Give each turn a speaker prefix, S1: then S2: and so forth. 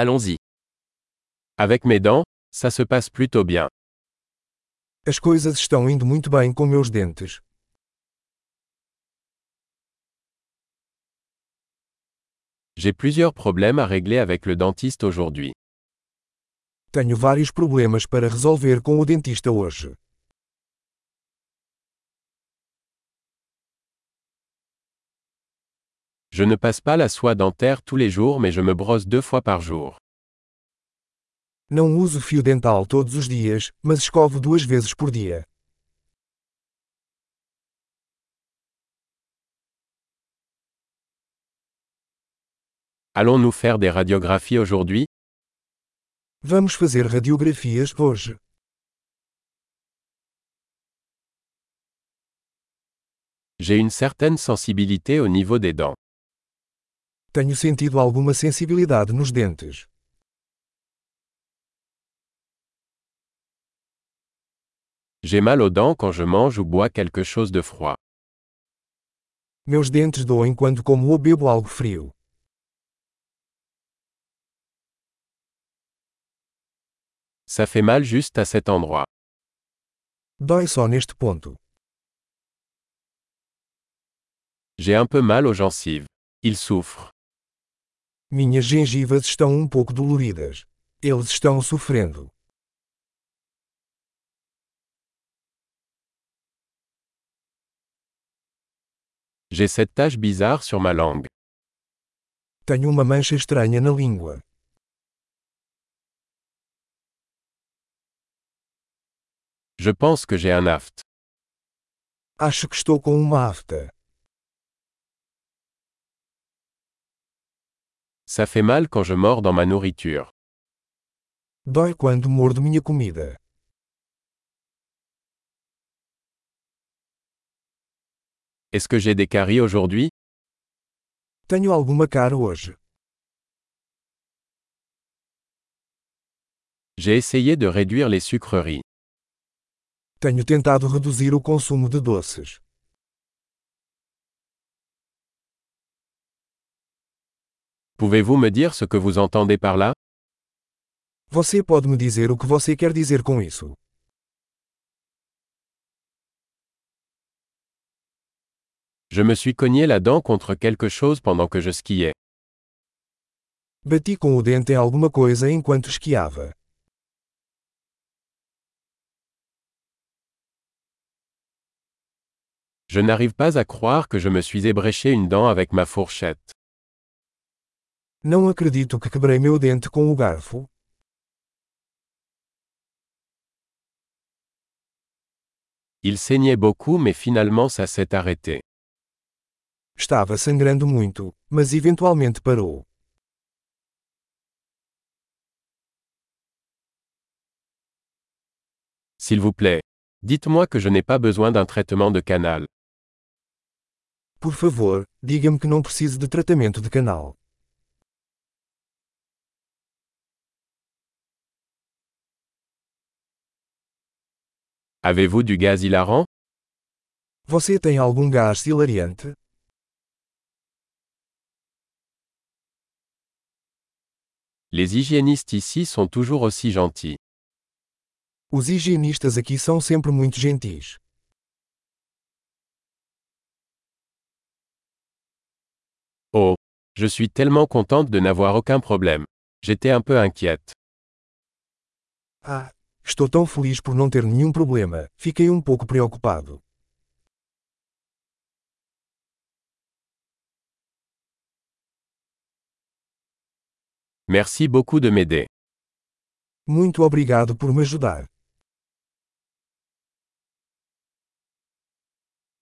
S1: Allons-y. Avec mes dents, ça se passe plutôt bien.
S2: As coisas estão indo muito bem com meus dentes.
S1: J'ai plusieurs problèmes à régler avec le dentiste aujourd'hui.
S2: Tenho vários problemas para resolver com o dentista hoje.
S1: Je ne passe pas la soie dentaire tous les jours mais je me brosse deux fois par jour.
S2: Não uso fio dental todos os dias, mas escovo duas vezes por dia.
S1: Allons-nous faire des radiographies aujourd'hui
S2: Vamos fazer radiografias hoje.
S1: J'ai une certaine sensibilité au niveau des dents.
S2: Tenho sentido alguma sensibilidade nos dentes.
S1: J'ai mal aux dents quand je mange ou bois quelque chose de froid.
S2: Meus dentes doem quando como ou bebo algo frio.
S1: Ça fait mal juste à cet endroit.
S2: Dói só neste ponto.
S1: J'ai un peu mal aux gencives. Il souffre.
S2: Minhas gengivas estão um pouco doloridas. Eles estão sofrendo.
S1: J'ai cette tache bizarre sur ma langue.
S2: Tenho uma mancha estranha na língua.
S1: Je pense que j'ai un aft.
S2: Acho que estou com uma afta.
S1: Ça fait mal quand je mords dans ma nourriture.
S2: Dói quando mordo minha comida.
S1: Est-ce que j'ai des caries aujourd'hui
S2: Tenho alguma cara hoje.
S1: J'ai essayé de réduire les sucreries.
S2: Tenho tentado reduzir o consumo de doces.
S1: Pouvez-vous me dire ce que vous entendez par là
S2: Você pode me dizer o que você quer dizer com isso?
S1: Je me suis cogné la dent contre quelque chose pendant que je skiais.
S2: Bati com o dente em alguma coisa enquanto esquiava.
S1: Je n'arrive pas à croire que je me suis ébréché une dent avec ma fourchette.
S2: Não acredito que quebrei meu dente com o garfo.
S1: Il saignait beaucoup mais finalement ça s'est arrêté.
S2: Estava sangrando muito, mas eventualmente parou.
S1: S'il vous plaît, dites-moi que je n'ai pas besoin d'un traitement de canal.
S2: Por favor, diga-me que não preciso de tratamento de canal.
S1: Avez-vous du gaz hilarant
S2: Você tem algum gás hilariante?
S1: Les hygiénistes ici sont toujours aussi gentils.
S2: Os higienistas aqui são sempre muito gentis.
S1: Oh, je suis tellement contente de n'avoir aucun problème. J'étais un peu inquiète.
S2: Ah, estou tão feliz por não ter nenhum problema, fiquei um pouco preocupado.
S1: Merci beaucoup de m'aider.
S2: Muito obrigado por me ajudar.